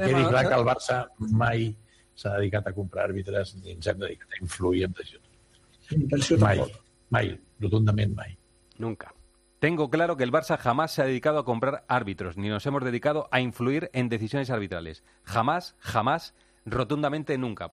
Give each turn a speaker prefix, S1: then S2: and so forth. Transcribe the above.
S1: Quedi clar que el Barça mai s'ha dedicat a comprar àrbitres ni ens hem dedicat a influir en decisions.
S2: Intenció
S1: Mai,
S2: tampoc.
S1: mai, rotundament mai.
S3: Nunca. Tengo claro que el Barça jamás se ha dedicado a comprar árbitros, ni nos hemos dedicado a influir en decisiones arbitrales. Jamás, jamás, rotundamente nunca.